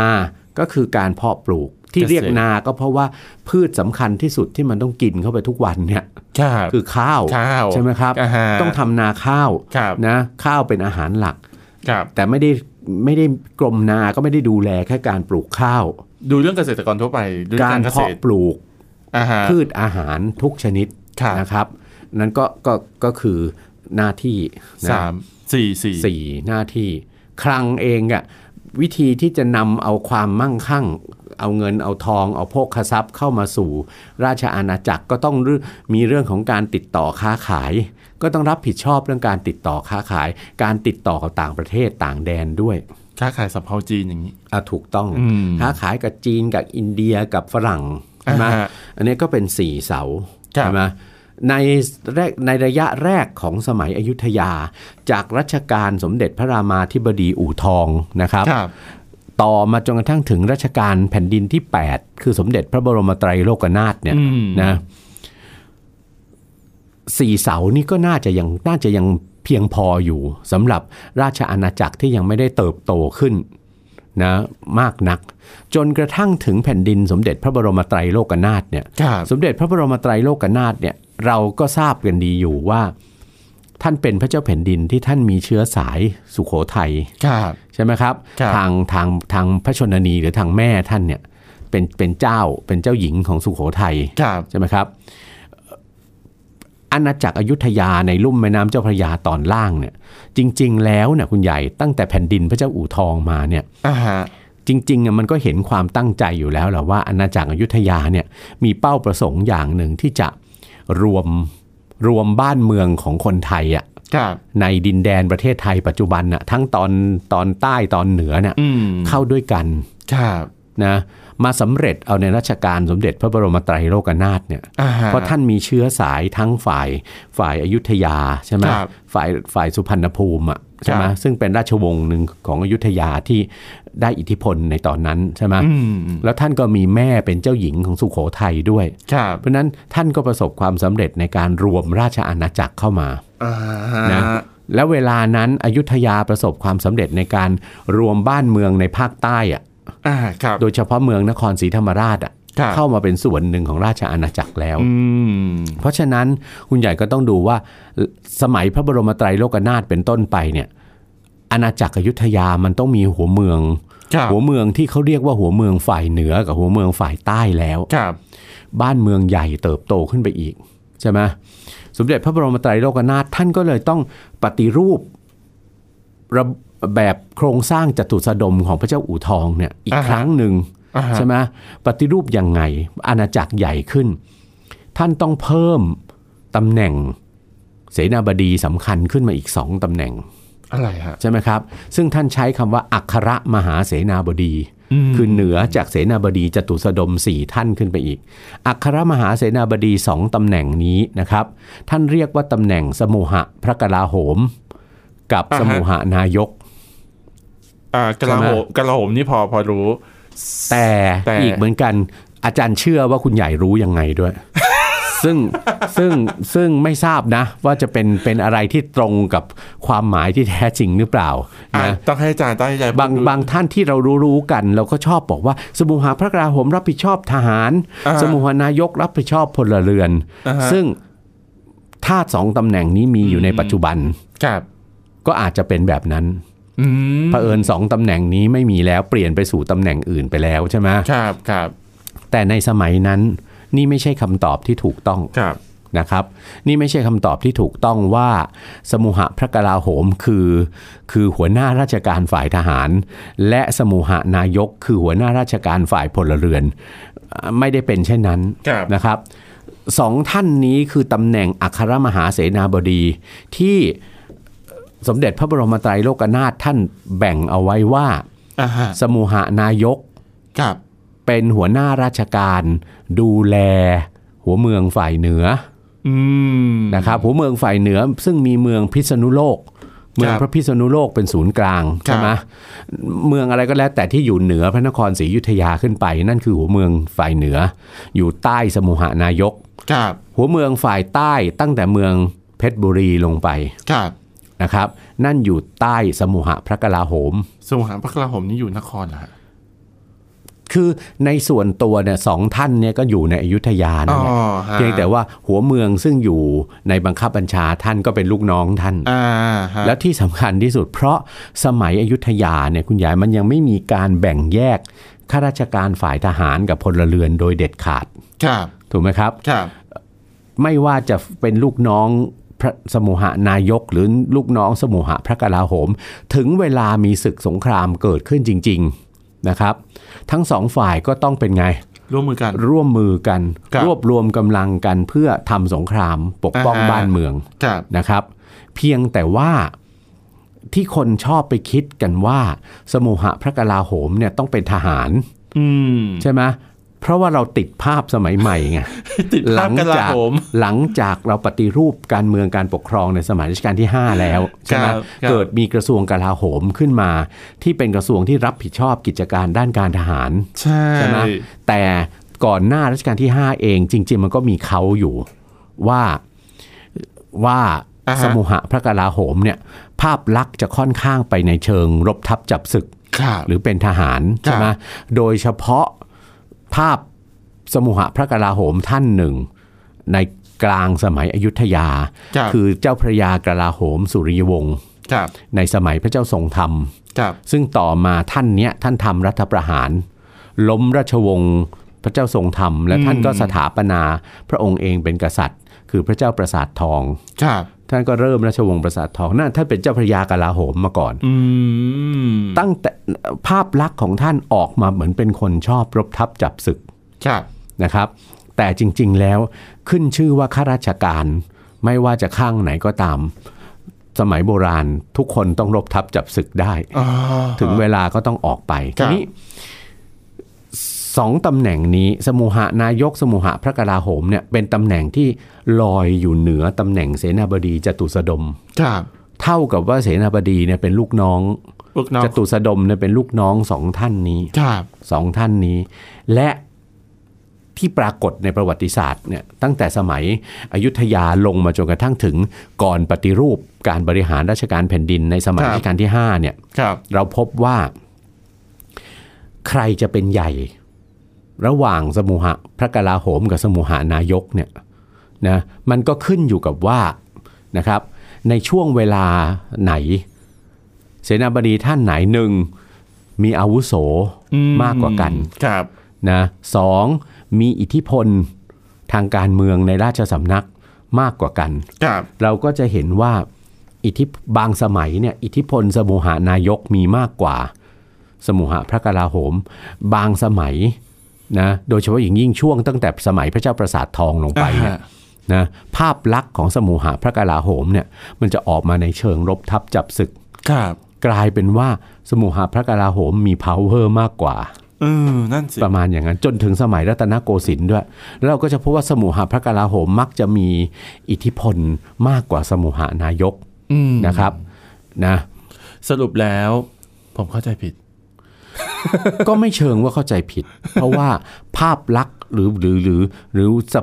[SPEAKER 3] ก็คือการเพาะปลูกที่
[SPEAKER 2] เกษตร
[SPEAKER 3] เรียกนาก็เพราะว่าพืชสำคัญที่สุดที่มันต้องกินเข้าไปทุกวันเนี่ย
[SPEAKER 2] ครับ
[SPEAKER 3] คือข้าว
[SPEAKER 2] ข้าว
[SPEAKER 3] ใช่ไหมครับ
[SPEAKER 2] อ่าฮะ
[SPEAKER 3] ต้องทำนาข้าว
[SPEAKER 2] ครับ
[SPEAKER 3] นะข้าวเป็นอาหารหลัก
[SPEAKER 2] ครับ
[SPEAKER 3] แต่ไม่ได้ไม่ได้กรมนาก็ไม่ได้ดูแลแค่การปลูกข้าว
[SPEAKER 2] ดูเรื่องเกษตรกรทั่วไปดูเรื่อง
[SPEAKER 3] กา
[SPEAKER 2] การรเกษ
[SPEAKER 3] เพาะ
[SPEAKER 2] ตร
[SPEAKER 3] ปลูก
[SPEAKER 2] อ่าฮะ
[SPEAKER 3] พืชอาหารทุกชนิด
[SPEAKER 2] ครับ
[SPEAKER 3] นะครับ นั่นก็ก็ก็คือหน้าที่นะ
[SPEAKER 2] สามสี่สี่
[SPEAKER 3] สี่หน้าที่ คลังเองอะวิธีที่จะนำเอาความมั่งคั่ง เอาเงินเอาทอง เอาโภคทรัพย์เข้ามาสู่ราชอาณาจักรก็ต้องเรื่องมีเรื่องของการติดต่อค้าขาย ก็ต้องรับผิดชอบเรื่องการติดต่อค้าขาย การติดต่อกับต่างประเทศต่างแดนด้วย
[SPEAKER 2] ค้าขายสัมเภาจีนอย่างนี้
[SPEAKER 3] อ่ะถูกต้อง
[SPEAKER 2] อืม
[SPEAKER 3] ค้าขายกับจีนกับอินเดียกับฝรั่งใช่ไหม
[SPEAKER 2] อ่าฮะ
[SPEAKER 3] อันนี้ก็เป็นสี่เสา
[SPEAKER 2] ครับ
[SPEAKER 3] ใช่ไหมในแรกในระยะแรกของสมัยอยุธยา จากรัชกาลสมเด็จพระรามาธิบดีอู่ทองนะครับ
[SPEAKER 2] ครับ
[SPEAKER 3] ต่อมาจนกระทั่งถึงรัชกาลแผ่นดินที่ 8 คือสมเด็จพระบรมไตรโลกนาถเนี่ย
[SPEAKER 2] อืม
[SPEAKER 3] นะสี่เสานี่ก็น่าจะยังน่าจะยังเพียงพออยู่สำหรับราชอาณาจักรที่ยังไม่ได้เติบโตขึ้นนะมากนัก จนกระทั่งถึงแผ่นดินสมเด็จพระบรมไตรโลกนาถเนี่ย
[SPEAKER 2] ครับ
[SPEAKER 3] สมเด็จพระบรมไตรโลกนาถเนี่ยเราก็ทราบกันดีอยู่ว่า ท่านเป็นพระเจ้าแผ่นดินที่ท่านมีเชื้อสายสุโขทัย
[SPEAKER 2] ครับ
[SPEAKER 3] ใช่ไหมครับ
[SPEAKER 2] ครับ
[SPEAKER 3] ทางทางทางพระชนนีหรือทางแม่ท่านเนี่ยเป็นเป็นเจ้าเป็นเจ้าหญิงของสุโขทัย
[SPEAKER 2] ครับ
[SPEAKER 3] ใช่ไหมครับอาณาจักรอยุธยาในลุ่มแม่น้ำเจ้าพระยาตอนล่างเนี่ยจริง ๆ แล้วเนี่ยคุณใหญ่ตั้งแต่แผ่นดินพระเจ้าอู่ทองมาเนี่ย
[SPEAKER 2] อ่าฮะ
[SPEAKER 3] จริงๆอะมันก็เห็นความตั้งใจอยู่แล้วแหละว่าอาณาจักรอยุธยาเนี่ยมีเป้าประสงค์อย่างหนึ่งที่จะรวมรวมบ้านเมืองของคนไทยอะ
[SPEAKER 2] ครับ
[SPEAKER 3] ในดินแดนประเทศไทยปัจจุบันน่ะทั้งตอนตอนใต้ตอนเหนือเนี่ย
[SPEAKER 2] อืม
[SPEAKER 3] เข้าด้วยกัน
[SPEAKER 2] ครับ
[SPEAKER 3] นะมาสำเร็จเอาในรัชกาลสมเด็จพระบรมไตรโลกนาถเนี่ย
[SPEAKER 2] อ่าฮะ
[SPEAKER 3] เพราะท่านมีเชื้อสายทั้งฝ่ายฝ่ายอยุธยาใช่ไหม
[SPEAKER 2] ครับ
[SPEAKER 3] ฝ่ายฝ่ายสุพรรณภูมิอ่ะใช่ไหม
[SPEAKER 2] ครับ
[SPEAKER 3] ซึ่งเป็นราชวงศ์หนึ่งของอยุธยาที่ได้อิทธิพลในตอนนั้นใช่ไหม
[SPEAKER 2] อืม
[SPEAKER 3] แล้วท่านก็มีแม่เป็นเจ้าหญิงของสุโขทัยด้วย
[SPEAKER 2] ครับ
[SPEAKER 3] เพราะฉะนั้นท่านก็ประสบความสำเร็จในการรวมราชอาณาจักรเข้ามา
[SPEAKER 2] อ่าฮะ
[SPEAKER 3] นะแล้วเวลานั้นอยุธยาประสบความสำเร็จในการรวมบ้านเมืองในภาคใต้อะ
[SPEAKER 2] อ่าครับ
[SPEAKER 3] โดยเฉพาะเมืองนครศรีธรรมราชอะ
[SPEAKER 2] ครับ
[SPEAKER 3] เข้ามาเป็นส่วนหนึ่งของราชอาณาจักรแล้ว
[SPEAKER 2] อืม
[SPEAKER 3] เพราะฉะนั้นคุณใหญ่ก็ต้องดูว่าสมัยพระบรมไตรโลกนาถเป็นต้นไปเนี่ยอาณาจักรอยุธยามันต้องมีหัวเมือง
[SPEAKER 2] ครับ
[SPEAKER 3] หัวเมืองที่เขาเรียกว่าหัวเมืองฝ่ายเหนือกับหัวเมืองฝ่ายใต้แล้ว
[SPEAKER 2] ครับ
[SPEAKER 3] บ้านเมืองใหญ่เติบโตขึ้นไปอีกใช่ไหมสมเด็จพระบรมไตรโลกนาถท่านก็เลยต้องปฏิรูประแบบโครงสร้างจตุสดมของพระเจ้าอู่ทองเนี่ยอีก
[SPEAKER 2] อ่าฮะ
[SPEAKER 3] ครั้งหนึ่ง
[SPEAKER 2] อ่าฮะ
[SPEAKER 3] ใช่ไหมปฏิรูปยังไงอาณาจักรใหญ่ขึ้น ท่านต้องเพิ่มตำแหน่งเสนาบดีสำคัญขึ้นมาอีกสองตำแหน่ง
[SPEAKER 2] อะไรฮะ
[SPEAKER 3] ใช่ไหมครับ ซึ่งท่านใช้คำว่า อัครมหาเสนาบดี
[SPEAKER 2] อืม
[SPEAKER 3] คือเหนือจากเสนาบดีจตุสดมสี่ท่านขึ้นไปอีก อัครมหาเสนาบดีสองตำแหน่งนี้นะครับ ท่านเรียกว่าตำแหน่งสมุหะพระกลาโหม กับสมุหะนายก
[SPEAKER 2] อ่ากลาโหมกลาโหมนี่พอพอรู้
[SPEAKER 3] แต่
[SPEAKER 2] แต่
[SPEAKER 3] อีกเหมือนกันอาจารย์เชื่อว่าคุณใหญ่รู้ยังไงด้วย ซึ่งซึ่งซึ่งไม่ทราบนะ ว่าจะเป็นเป็นอะไรที่ตรงกับความหมายที่แท้จริงหรือเปล่า
[SPEAKER 2] อ่ะ
[SPEAKER 3] นะ
[SPEAKER 2] ต้องให้อาจารย์ตั้งใจ
[SPEAKER 3] บางบางท่านที่เรารู้รู้ๆกัน เราก็ชอบบอกว่า สมุหาพระกราโหมรับผิดชอบทหาร
[SPEAKER 2] อ่า
[SPEAKER 3] สมุหานายกรับผิดชอบพลเรือน
[SPEAKER 2] อ่าฮะ
[SPEAKER 3] ซึ่งถ้าสองตำแหน่งนี้มีอยู่ในปัจจุบัน
[SPEAKER 2] ครับ
[SPEAKER 3] ก็อาจจะเป็นแบบนั้น
[SPEAKER 2] อืม
[SPEAKER 3] เผอิญสองตำแหน่งนี้ไม่มีแล้วเปลี่ยนไปสู่ตำแหน่งอื่นไปแล้วใช่ไหม
[SPEAKER 2] ครับครับ
[SPEAKER 3] แต่ในสมัยนั้นนี่ไม่ใช่คำตอบที่ถูกต้อง
[SPEAKER 2] ครับ
[SPEAKER 3] นะครับ นี่ไม่ใช่คำตอบที่ถูกต้องว่า สมุหะพระกลาโหมคือ คือหัวหน้าราชการฝ่ายทหาร และสมุหานายกคือหัวหน้าราชการฝ่ายพลเรือนเอ่อไม่ได้เป็นเช่นนั้น
[SPEAKER 2] ครับ
[SPEAKER 3] นะครับสองท่านนี้คือตำแหน่งอัครมหาเสนาบดีที่สมเด็จพระบรมไตรโลกนาถท่านแบ่งเอาไว้ว่า
[SPEAKER 2] อ่าฮะ
[SPEAKER 3] สมุหานายก
[SPEAKER 2] ครับ
[SPEAKER 3] เป็นหัวหน้าราชการดูแลหัวเมืองฝ่ายเหนือ
[SPEAKER 2] อืม
[SPEAKER 3] อนะครับหัวเมืองฝ่ายเหนือซึ่งมีเมืองพิษณุโลก เมืองพระพิษณุโลกเป็นศูนย์กลางใช่ไหมเมืองอะไรก็แล้วแต่ที่อยู่เหนือพระนครศรีอยุธยาขึ้นไป นั่นคือหัวเมืองฝ่ายเหนือ อยู่ใต้สมุหานายก
[SPEAKER 2] ครับ
[SPEAKER 3] หัวเมืองฝ่ายใต้ตั้งแต่เมืองเพชรบุรีลงไป
[SPEAKER 2] ครับ
[SPEAKER 3] นะครับ นั่นอยู่ใต้สมุหะพระกลาโหม
[SPEAKER 2] สมุหาพระกลาโหมนี่อยู่นครเหรอฮะ
[SPEAKER 3] คือในส่วนตัวเนี่ยสองท่านเนี่ยก็อยู่ในอยุธยา
[SPEAKER 2] อ๋
[SPEAKER 3] นั่
[SPEAKER 2] อน
[SPEAKER 3] แหละ
[SPEAKER 2] ฮะ
[SPEAKER 3] เพียงแต่ว่าหัวเมืองซึ่งอยู่ในบังคับบัญชาท่านก็เป็นลูกน้องท่าน
[SPEAKER 2] อ่าฮะ
[SPEAKER 3] แล้วที่สำคัญที่สุด เพราะสมัยอยุธยาเนี่ยคุณยายมันยังไม่มีการแบ่งแยกข้าราชการฝ่ายทหารกับพลเรือนโดยเด็ดขาด
[SPEAKER 2] ครับ
[SPEAKER 3] ถูกไหมครับ
[SPEAKER 2] ครับ
[SPEAKER 3] ไม่ว่าจะเป็นลูกน้องพระสมุหานายกหรือลูกน้องสมุหะพระกลาโหม ถึงเวลามีศึกสงครามเกิดขึ้นจริง ๆนะครับ ทั้งสองฝ่ายก็ต้องเป็นไง
[SPEAKER 2] ร่วมมือกัน
[SPEAKER 3] ร่วมมือกัน
[SPEAKER 2] ครับ
[SPEAKER 3] รวบรวมกำลังกันเพื่อทำสงครามปกป้อง
[SPEAKER 2] อ่าฮะ
[SPEAKER 3] บ้านเมือง
[SPEAKER 2] ครับ
[SPEAKER 3] นะครับ เพียงแต่ว่าที่คนชอบไปคิดกันว่า สมุหะพระกลาโหมเนี่ยต้องเป็นทหาร
[SPEAKER 2] อืม
[SPEAKER 3] ใช่ไหม เพราะว่าเราติดภาพสมัยใหม่ไง
[SPEAKER 2] ติด
[SPEAKER 3] ห
[SPEAKER 2] ภา
[SPEAKER 3] ลั
[SPEAKER 2] พกลา
[SPEAKER 3] จาก
[SPEAKER 2] โหม
[SPEAKER 3] หลังจากเราปฏิรูปการเมืองการปกครองในสมัยรัชกาลที่ 5 แล้วใช่ไหม
[SPEAKER 2] ครับครับ
[SPEAKER 3] เกิดมีกระทรวงกลาโหมขึ้นมา ที่เป็นกระทรวงที่รับผิดชอบกิจการด้านการทหาร
[SPEAKER 2] ใช่
[SPEAKER 3] ใช่ไหมแต่ก่อนหน้ารัชกาลที่ 5 เองจริง ๆ มันก็มีเขาอยู่ว่าว่าสมุหะพระกลาโหมเนี่ยภาพลักษณ์จะค่อนข้างไปในเชิงรบทับจับศึก
[SPEAKER 2] ครับ
[SPEAKER 3] หรือเป็นทหารใช่ไหม
[SPEAKER 2] ครับ
[SPEAKER 3] โดยเฉพาะภาพสมุหะพระกลาโหมท่านหนึ่ง ในกลางสมัยอยุธยา
[SPEAKER 2] ครับ
[SPEAKER 3] คือเจ้าพระยากลาโหมสุริยวงศ์
[SPEAKER 2] ครับ
[SPEAKER 3] ในสมัยพระเจ้าทรงธรรม
[SPEAKER 2] ครับ
[SPEAKER 3] ซึ่งต่อมาท่านเนี้ยท่านทำรัฐประหาร ล้มราชวงศ์พระเจ้าทรงธรรม และท่านก็สถาปนาพระองค์เองเป็นกษัตริย์ คือพระเจ้าประสาททอง
[SPEAKER 2] ครับ
[SPEAKER 3] ท่านก็เริ่มราชวงศ์ประสาททองนั่นท่านเป็นเจ้าพระยากลาโหมมาก่อน
[SPEAKER 2] อืม
[SPEAKER 3] ตั้งแต่ภาพลักษณ์ของท่านออกมาเหมือนเป็นคนชอบรบทับจับศึก
[SPEAKER 2] ครับ
[SPEAKER 3] นะครับ แต่จริงๆแล้วขึ้นชื่อว่าข้าราชการ ไม่ว่าจะข้างไหนก็ตาม สมัยโบราณทุกคนต้องรบทับจับศึกได้
[SPEAKER 2] อ๋อ
[SPEAKER 3] ถึงเวลาก็ต้องออกไป
[SPEAKER 2] ครั
[SPEAKER 3] ที
[SPEAKER 2] บ
[SPEAKER 3] นี้สองตำแหน่งนี้สมุหานายกสมุหะพระกลาโหมเนี่ยเป็นตำแหน่งที่ลอยอยู่เหนือตำแหน่งเสนาบดีจตุสดม
[SPEAKER 2] ครับ
[SPEAKER 3] เท่ากับว่าเสนาบดีเนี่ยเป็นลูกน้อง
[SPEAKER 2] พวกน้อง
[SPEAKER 3] จตุสดมเนี่ยเป็นลูกน้องสองท่านนี้
[SPEAKER 2] ครับ
[SPEAKER 3] สองท่านนี้ และที่ปรากฏในประวัติศาสตร์เนี่ยตั้งแต่สมัยอยุธยาลงมาจนกระทั่งถึงก่อนปฏิรูปการบริหารราชการแผ่นดินในสมัยรัชกาลที่ 5 เนี่ย
[SPEAKER 2] ครับ
[SPEAKER 3] เราพบว่า ใครจะเป็นใหญ่ ระหว่างสมุหะพระกลาโหมกับสมุหานายกเนี่ยนะมันก็ขึ้นอยู่กับว่านะครับ ในช่วงเวลาไหน เสนาบดีท่านไหนหนึ่งมีอาวุโส
[SPEAKER 2] อื
[SPEAKER 3] มากกว่ากัน
[SPEAKER 2] ครับ
[SPEAKER 3] นะสองมีอิทธิพลทางการเมืองในราชสำนักมากกว่ากัน
[SPEAKER 2] ครับ
[SPEAKER 3] เราก็จะเห็นว่าอิทธิบางสมัยเนี่ยอิทธิพลสมุหานายกมีมากกว่า สมุหะพระกลาโหม บางสมัยนะโดยเฉพาะอย่างยิ่งช่วงตั้งแต่สมัยพระเจ้าประสาททองลงไปเนี่ยนะภาพลักษณ์ของสมุหะพระกลาโหมเนี่ยมันจะออกมาในเชิงรบทับจับศึก
[SPEAKER 2] ครับ
[SPEAKER 3] กลายเป็นว่าสมุหะพระกลาโหมมี power มากกว่า
[SPEAKER 2] เออนั่นสิ
[SPEAKER 3] ประมาณอย่างนั้นจนถึงสมัยรัตนโกสินทร์ด้วย แล้วเราก็จะพบว่าสมุหพระกลาโหมมักจะมีอิทธิพลมากกว่าสมุหนายก
[SPEAKER 2] อืม
[SPEAKER 3] นะครับนะ
[SPEAKER 2] สรุปแล้ว ผมเข้าใจผิด
[SPEAKER 3] ก็ไม่เชิงว่าเข้าใจผิด เพราะว่าภาพลักษณ์หรือหรือหรือหรือส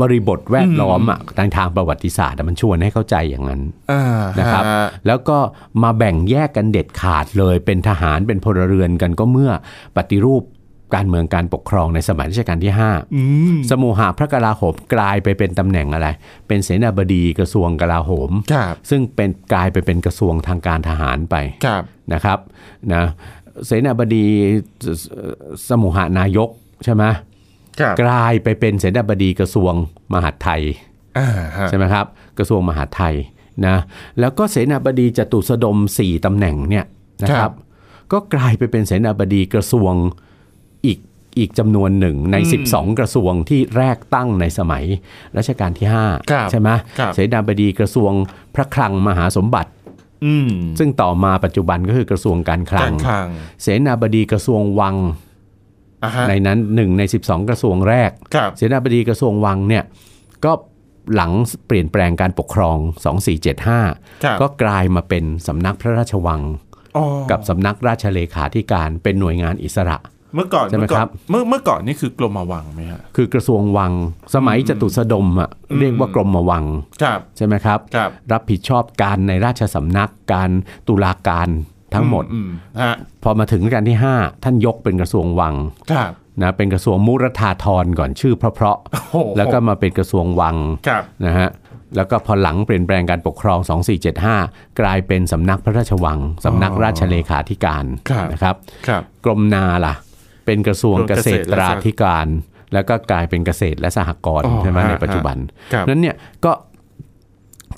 [SPEAKER 3] บริบทแวดล้อมอะทางทางประวัติศาสตร์อะมันชวนให้เข้าใจอย่างนั้น
[SPEAKER 2] อ่า
[SPEAKER 3] นะครับ
[SPEAKER 2] ฮ
[SPEAKER 3] แล้วก็มาแบ่งแยกกันเด็ดขาดเลย เป็นทหารเป็นพลเรือนกันก็เมื่อปฏิรูปการเมืองการปกครองในสมัยรัชกาลที่ 5
[SPEAKER 2] อืม
[SPEAKER 3] สมุหะพระกลาโหมกลายไปเป็นตำแหน่งอะไร เป็นเสนาบดีกระทรวงกลาโหม
[SPEAKER 2] ครับ
[SPEAKER 3] ซึ่งเป็นกลายไปเป็นกระทรวงทางการทหารไป
[SPEAKER 2] ครับ
[SPEAKER 3] นะครับนะเสนาบดีสสสมุหานายกใช่ไหม
[SPEAKER 2] ครับ
[SPEAKER 3] กลายไปเป็นเสนาบดีกระทรวงมหาดไทย
[SPEAKER 2] อ่าฮะ
[SPEAKER 3] ใช่ไหมครับกระทรวงมหาดไทยนะแล้วก็เสนาบดีจตุสดมสี่ตำแหน่งเนี่ยนะครับก็กลายไปเป็นเสนาบดีกระทรวงอีกอีกจำนวนหนึ่งใน 12 กระทรวงที่แรกตั้งในสมัยรัชกาลที่
[SPEAKER 2] ครับ
[SPEAKER 3] 5 ใช่ไหม
[SPEAKER 2] ครับ
[SPEAKER 3] เสนาบดีกระทรวงพระคลังมหาสมบัติ
[SPEAKER 2] อืม
[SPEAKER 3] ซึ่งต่อมาปัจจุบันก็คือกระทรวงการคลั
[SPEAKER 2] กาง รคลัง
[SPEAKER 3] เสนาบดีกระทรวงวัง
[SPEAKER 2] อ่าฮะ
[SPEAKER 3] ในนั้นหนึ่งใน 12 กระทรวงแรก
[SPEAKER 2] ครับ
[SPEAKER 3] เสนาบดีกระทรวงวังเนี่ยก็หลังเปลี่ยนแปลงการปกครอง 2475
[SPEAKER 2] ครับ
[SPEAKER 3] ก็กลายมาเป็นสำนักพระราชวัง
[SPEAKER 2] อ๋อ
[SPEAKER 3] กับสำนักราชเลขาธิการเป็นหน่วยงานอิสระ
[SPEAKER 2] เมื่อก่อน
[SPEAKER 3] ใช่ไหม
[SPEAKER 2] เมื่อก่อ
[SPEAKER 3] ครั
[SPEAKER 2] น
[SPEAKER 3] บ
[SPEAKER 2] เมื่อเมื่อก่อนนี่คือกรมวังไหมฮะ
[SPEAKER 3] คือกระทรวงวัง สมัยจตุสดมอ่ะเรียกว่ากรมวัง
[SPEAKER 2] ครับ
[SPEAKER 3] ใช่ไหมครับ
[SPEAKER 2] ครับ
[SPEAKER 3] รับผิดชอบการในราชสำนักการตุลาการทั้งหมด
[SPEAKER 2] อืมฮะ
[SPEAKER 3] พอมาถึงรัชการที่ 5 ท่านยกเป็นกระทรวงวัง
[SPEAKER 2] ครับ
[SPEAKER 3] นะเป็นกระทรวงมุรธาธรก่อนชื่อเพราะ
[SPEAKER 2] โอ้โห
[SPEAKER 3] ๆแล้วก็มาเป็นกระทรวงวัง
[SPEAKER 2] ครับ
[SPEAKER 3] นะฮะแล้วก็พอหลังเปลี่ยนแปลงการปกครอง 2475 กลายเป็นสำนักพระราชวัง สำนักราชเลขาธิการนะครับ
[SPEAKER 2] ครับ
[SPEAKER 3] กรมนาล่ะ เป็นกระทรวงเกษตราธิการ แล้วก็กลายเป็นเกษตรและสหกรณ์
[SPEAKER 2] อ๋อ
[SPEAKER 3] ใช่ไหม
[SPEAKER 2] ฮะ
[SPEAKER 3] ในปัจจุบัน
[SPEAKER 2] ครับ
[SPEAKER 3] นั้นเนี่ยก็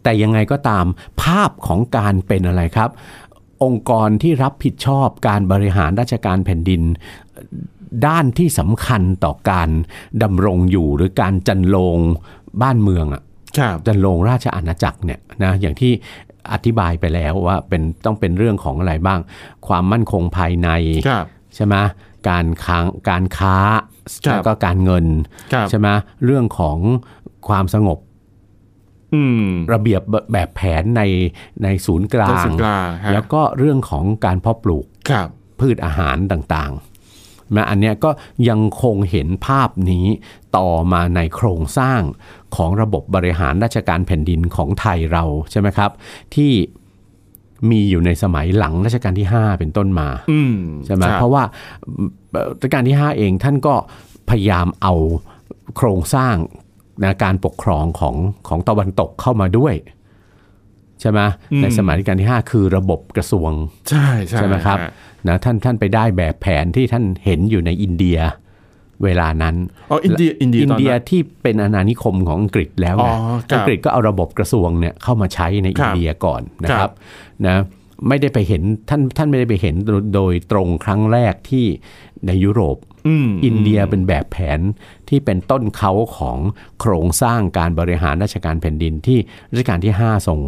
[SPEAKER 3] แต่ยังไงก็ตามภาพของการเป็นอะไรครับ องค์กรที่รับผิดชอบการบริหารราชการแผ่นดิน ด้านที่สำคัญต่อการดำรงอยู่หรือการจันโลงบ้านเมืองอะ
[SPEAKER 2] ครับ
[SPEAKER 3] จันโลงราชอาณาจักรเนี่ยนะอย่างที่อธิบายไปแล้วว่าเป็นต้องเป็นเรื่องของอะไรบ้าง ความมั่นคงภายใน
[SPEAKER 2] ครับ
[SPEAKER 3] ใช่ไหม การค้างการค้า
[SPEAKER 2] ครับ
[SPEAKER 3] แล้วก็การเงิน
[SPEAKER 2] ครับ
[SPEAKER 3] ใช่ไหมเรื่องของความสงบ
[SPEAKER 2] อืม
[SPEAKER 3] ระเบียบแบบแผนในในศูนย์กลา
[SPEAKER 2] ต้น
[SPEAKER 3] ง
[SPEAKER 2] สุดกลางฮะ
[SPEAKER 3] แล้วก็เรื่องของการเพาะปลูก
[SPEAKER 2] ครับ
[SPEAKER 3] พืชอาหารต่างๆนะอันเนี้ยก็ยังคงเห็นภาพนี้ต่อมาในโครงสร้างของระบบบริหารราชการแผ่นดินของไทยเราใช่ไหมครับ ที่มีอยู่ในสมัยหลังรัชกาลที่ 5 เป็นต้นมา
[SPEAKER 2] อืม
[SPEAKER 3] ใช่ไหม
[SPEAKER 2] ครับ
[SPEAKER 3] เพราะว่าเอ่อรัชกาลที่ 5 เองท่านก็พยายามเอาโครงสร้างนะการปกครองของของตะวันตกเข้ามาด้วยใช่ไหมในสมัยรัชกาลที่ 5 คือระบบกระทรวง
[SPEAKER 2] ใช่ใช่
[SPEAKER 3] ใช่ไหมครับ
[SPEAKER 2] ฮะ
[SPEAKER 3] นะท่านท่านไปได้แบบแผนที่ท่านเห็นอยู่ในอินเดียเวลานั้น
[SPEAKER 2] อ๋ออินเดียอินเดีย
[SPEAKER 3] อิ
[SPEAKER 2] ต
[SPEAKER 3] น
[SPEAKER 2] อน
[SPEAKER 3] เดีย
[SPEAKER 2] นั้น
[SPEAKER 3] ที่เป็นอาณานิคมของอังกฤษแล้ว
[SPEAKER 2] อ๋
[SPEAKER 3] ไง
[SPEAKER 2] อครับ
[SPEAKER 3] อังกฤษก็เอาระบบกระทรวงเนี่ยเข้ามาใช้ใน
[SPEAKER 2] ค
[SPEAKER 3] อิ
[SPEAKER 2] รั
[SPEAKER 3] น
[SPEAKER 2] บ
[SPEAKER 3] เดียก่อนนะ
[SPEAKER 2] ค
[SPEAKER 3] ค
[SPEAKER 2] รั
[SPEAKER 3] รับบ นะไม่ได้ไปเห็นท่านท่านไม่ได้ไปเห็นโดยโดยตรงครั้งแรกที่ในยุโรป
[SPEAKER 2] อืม
[SPEAKER 3] อินเดียเป็นแบบแผนที่เป็นต้นเขาของโครงสร้างการบริหารราชการแผ่นดินที่รัชกาลที่ห้าทรง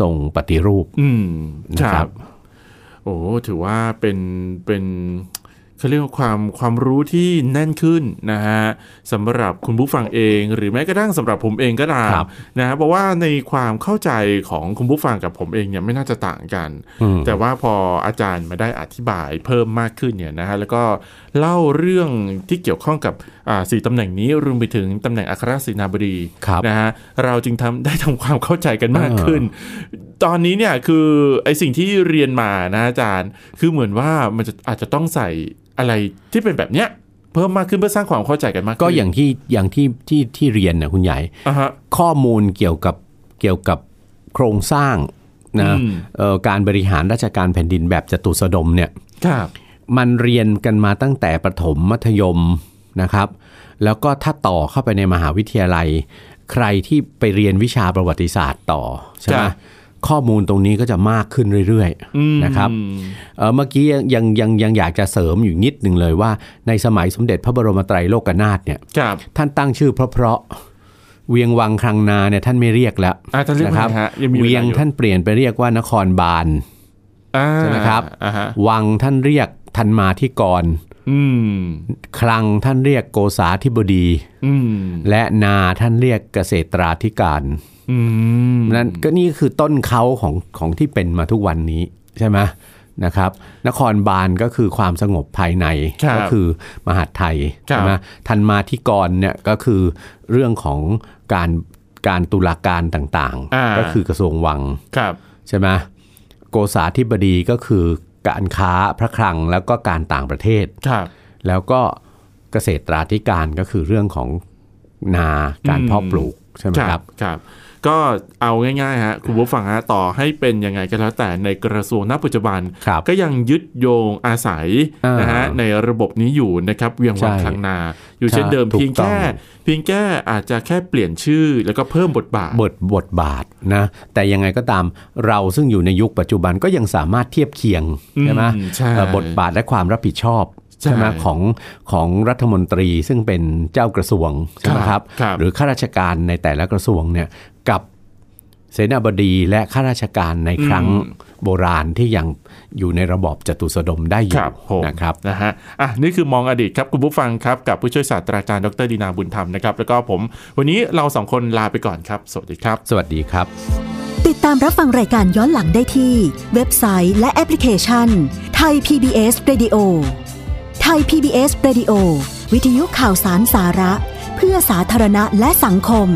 [SPEAKER 3] ทรงปฏิรูป
[SPEAKER 2] อืมค
[SPEAKER 3] นะครั
[SPEAKER 2] รับ
[SPEAKER 3] บ
[SPEAKER 2] โอ้ถือว่าเป็นเป็นเขาเรียกว่าความความรู้ที่แน่นขึ้นนะฮะสำหรับคุณผู้ฟังเอง หรือแม้กระทั่งสำหรับผมเองก็ตาม
[SPEAKER 3] ครับ
[SPEAKER 2] นะฮะเพราะว่าในความเข้าใจของคุณผู้ฟังกับผมเองเนี่ยไม่น่าจะต่างกัน
[SPEAKER 3] อืม
[SPEAKER 2] แต่ว่าพออาจารย์มาได้อธิบายเพิ่มมากขึ้นเนี่ยนะฮะแล้วก็เล่าเรื่องที่เกี่ยวข้องกับอ่าสี่ตำแหน่งนี้รวมไปถึงตำแหน่งอัครศินาบดี
[SPEAKER 3] ครับ
[SPEAKER 2] นะฮะเราจึงทำได้ทำความเข้าใจกันมากขึ้น ตอนนี้เนี่ยคือไอสิ่งที่เรียนมานะอาจารย์คือเหมือนว่ามันจะอาจจะต้องใส่อะไรที่เป็นแบบเนี้ยเพิ่มมากขึ้นเพื่อสร้างความเข้าใจกันมากขึ้น
[SPEAKER 3] ก็อย่างที่อย่างที่ที่ที่เรียนนะคุณใหญ่
[SPEAKER 2] อ่ะฮะ
[SPEAKER 3] ข้อมูลเกี่ยวกับเกี่ยวกับโครงสร้างนะ
[SPEAKER 2] อืม
[SPEAKER 3] เอ่อการบริหารราชการแผ่นดินแบบจตุสดมเนี่ย
[SPEAKER 2] ครับ
[SPEAKER 3] มันเรียนกันมาตั้งแต่ประถมมัธยมนะครับ แล้วก็ถ้าต่อเข้าไปในมหาวิทยาลัย ใครที่ไปเรียนวิชาประวัติศาสตร์ต่อใช่ไหมข้อมูลตรงนี้ก็จะมากขึ้นเรื่อย
[SPEAKER 2] อืม
[SPEAKER 3] ๆนะครับ เอ่อเมื่อกี้ยังยังยังยังอยากจะเสริมอยู่นิดหนึ่งเลยว่า ในสมัยสมเด็จพระบรมไตรโลกนาถเนี่ย
[SPEAKER 2] ครับ
[SPEAKER 3] ท่านตั้งชื่อเพราะๆเวียงวังคลังนาเนี่ยท่านไม่เรียกแล้ว
[SPEAKER 2] อาจารย์เรียก
[SPEAKER 3] นะค
[SPEAKER 2] ว่า
[SPEAKER 3] รั
[SPEAKER 2] อะไรฮะยังมี
[SPEAKER 3] เวียง
[SPEAKER 2] ลอ
[SPEAKER 3] ท่านเปลี่ยนไปเรียกว่านครบาล
[SPEAKER 2] อ่า
[SPEAKER 3] ใช่ไหมครับ
[SPEAKER 2] อ่าฮะ
[SPEAKER 3] วังท่านเรียกทันมาที่กร
[SPEAKER 2] อืม
[SPEAKER 3] คลังท่านเรียกโกษาธิบดี
[SPEAKER 2] อืม
[SPEAKER 3] และนาท่านเรียกเกษตราธิการ
[SPEAKER 2] อืม
[SPEAKER 3] นั้นก็นี่คือต้นเขาของของที่เป็นมาทุกวันนี้ใช่ไหมนะครับ นครบาลก็คือความสงบภายใน
[SPEAKER 2] ครับ
[SPEAKER 3] ก็คือมหาดไทย
[SPEAKER 2] ครับ
[SPEAKER 3] ใช่ไหมทันมาที่กรเนี่ยก็คือเรื่องของการการตุลาการต่าง
[SPEAKER 2] อ่า
[SPEAKER 3] ก็คือกระทรวงวัง
[SPEAKER 2] ครับ
[SPEAKER 3] ใช่ไหมโกษาธิบดีก็คือการค้าพระคลังแล้วก็การต่างประเทศ
[SPEAKER 2] ครับ
[SPEAKER 3] แล้วก็เกษตราธิการก็คือเรื่องของนาการเพาะปลูกใช่ไหมครับ
[SPEAKER 2] ครับ ก็เอาง่ายๆฮะคุณผู้ฟังฮะต่อให้เป็นยังไงก็แล้วแต่ในกระทรวงณปัจจุบัน
[SPEAKER 3] ครับ
[SPEAKER 2] ก็ยังยึดโยงอาศัย
[SPEAKER 3] อ่าน
[SPEAKER 2] นะฮะในระบบนี้อยู่นะครับเวียงวัง
[SPEAKER 3] ใช่
[SPEAKER 2] คลังนา อยู่เช่น
[SPEAKER 3] ใช่
[SPEAKER 2] เดิม
[SPEAKER 3] ถูก
[SPEAKER 2] เพียงแค่
[SPEAKER 3] ต้อง
[SPEAKER 2] เพียงแค่อาจจะแค่เปลี่ยนชื่อแล้วก็เพิ่มบทบาท
[SPEAKER 3] บทบทบาทนะแต่ยังไงก็ตามเราซึ่งอยู่ในยุคปัจจุบันก็ยังสามารถเทียบเคียง
[SPEAKER 2] อืม
[SPEAKER 3] ใช่ไหม
[SPEAKER 2] ใช่
[SPEAKER 3] เอ่อบทบาทและความรับผิดชอบ
[SPEAKER 2] ใช่
[SPEAKER 3] ใช่ไหมของของรัฐมนตรีซึ่งเป็นเจ้ากระทรวงใช่ไหม
[SPEAKER 2] ค
[SPEAKER 3] ค
[SPEAKER 2] รั
[SPEAKER 3] รั
[SPEAKER 2] บบ ครับ
[SPEAKER 3] หรือข้าราชการในแต่ละกระทรวงเนี่ยกับเสนาบดีและข้าราชการในครั้งโบราณที่ยังอยู่ในระบอบจตุสดมได้อ
[SPEAKER 2] ค
[SPEAKER 3] ยู่
[SPEAKER 2] รับผม
[SPEAKER 3] นะครับ
[SPEAKER 2] นะฮะอ่ะนี่คือมองอดีตครับคุณผู้ฟังครับกับผู้ช่วยศาสตราจารย์ดรดีนาบุญธรรมนะครับแล้วก็ผม วันนี้เราสองคนลาไปก่อนครับ สวัสดีครับ
[SPEAKER 3] สวัสดีครับ
[SPEAKER 1] ติดตามรับฟังรายการย้อนหลังได้ที่ เว็บไซต์และแอปพลิเคชันไทย PBS Radio ไทย PBS Radio วิทยุข่าวสารสาระ เพื่อสาธารณะและสังคม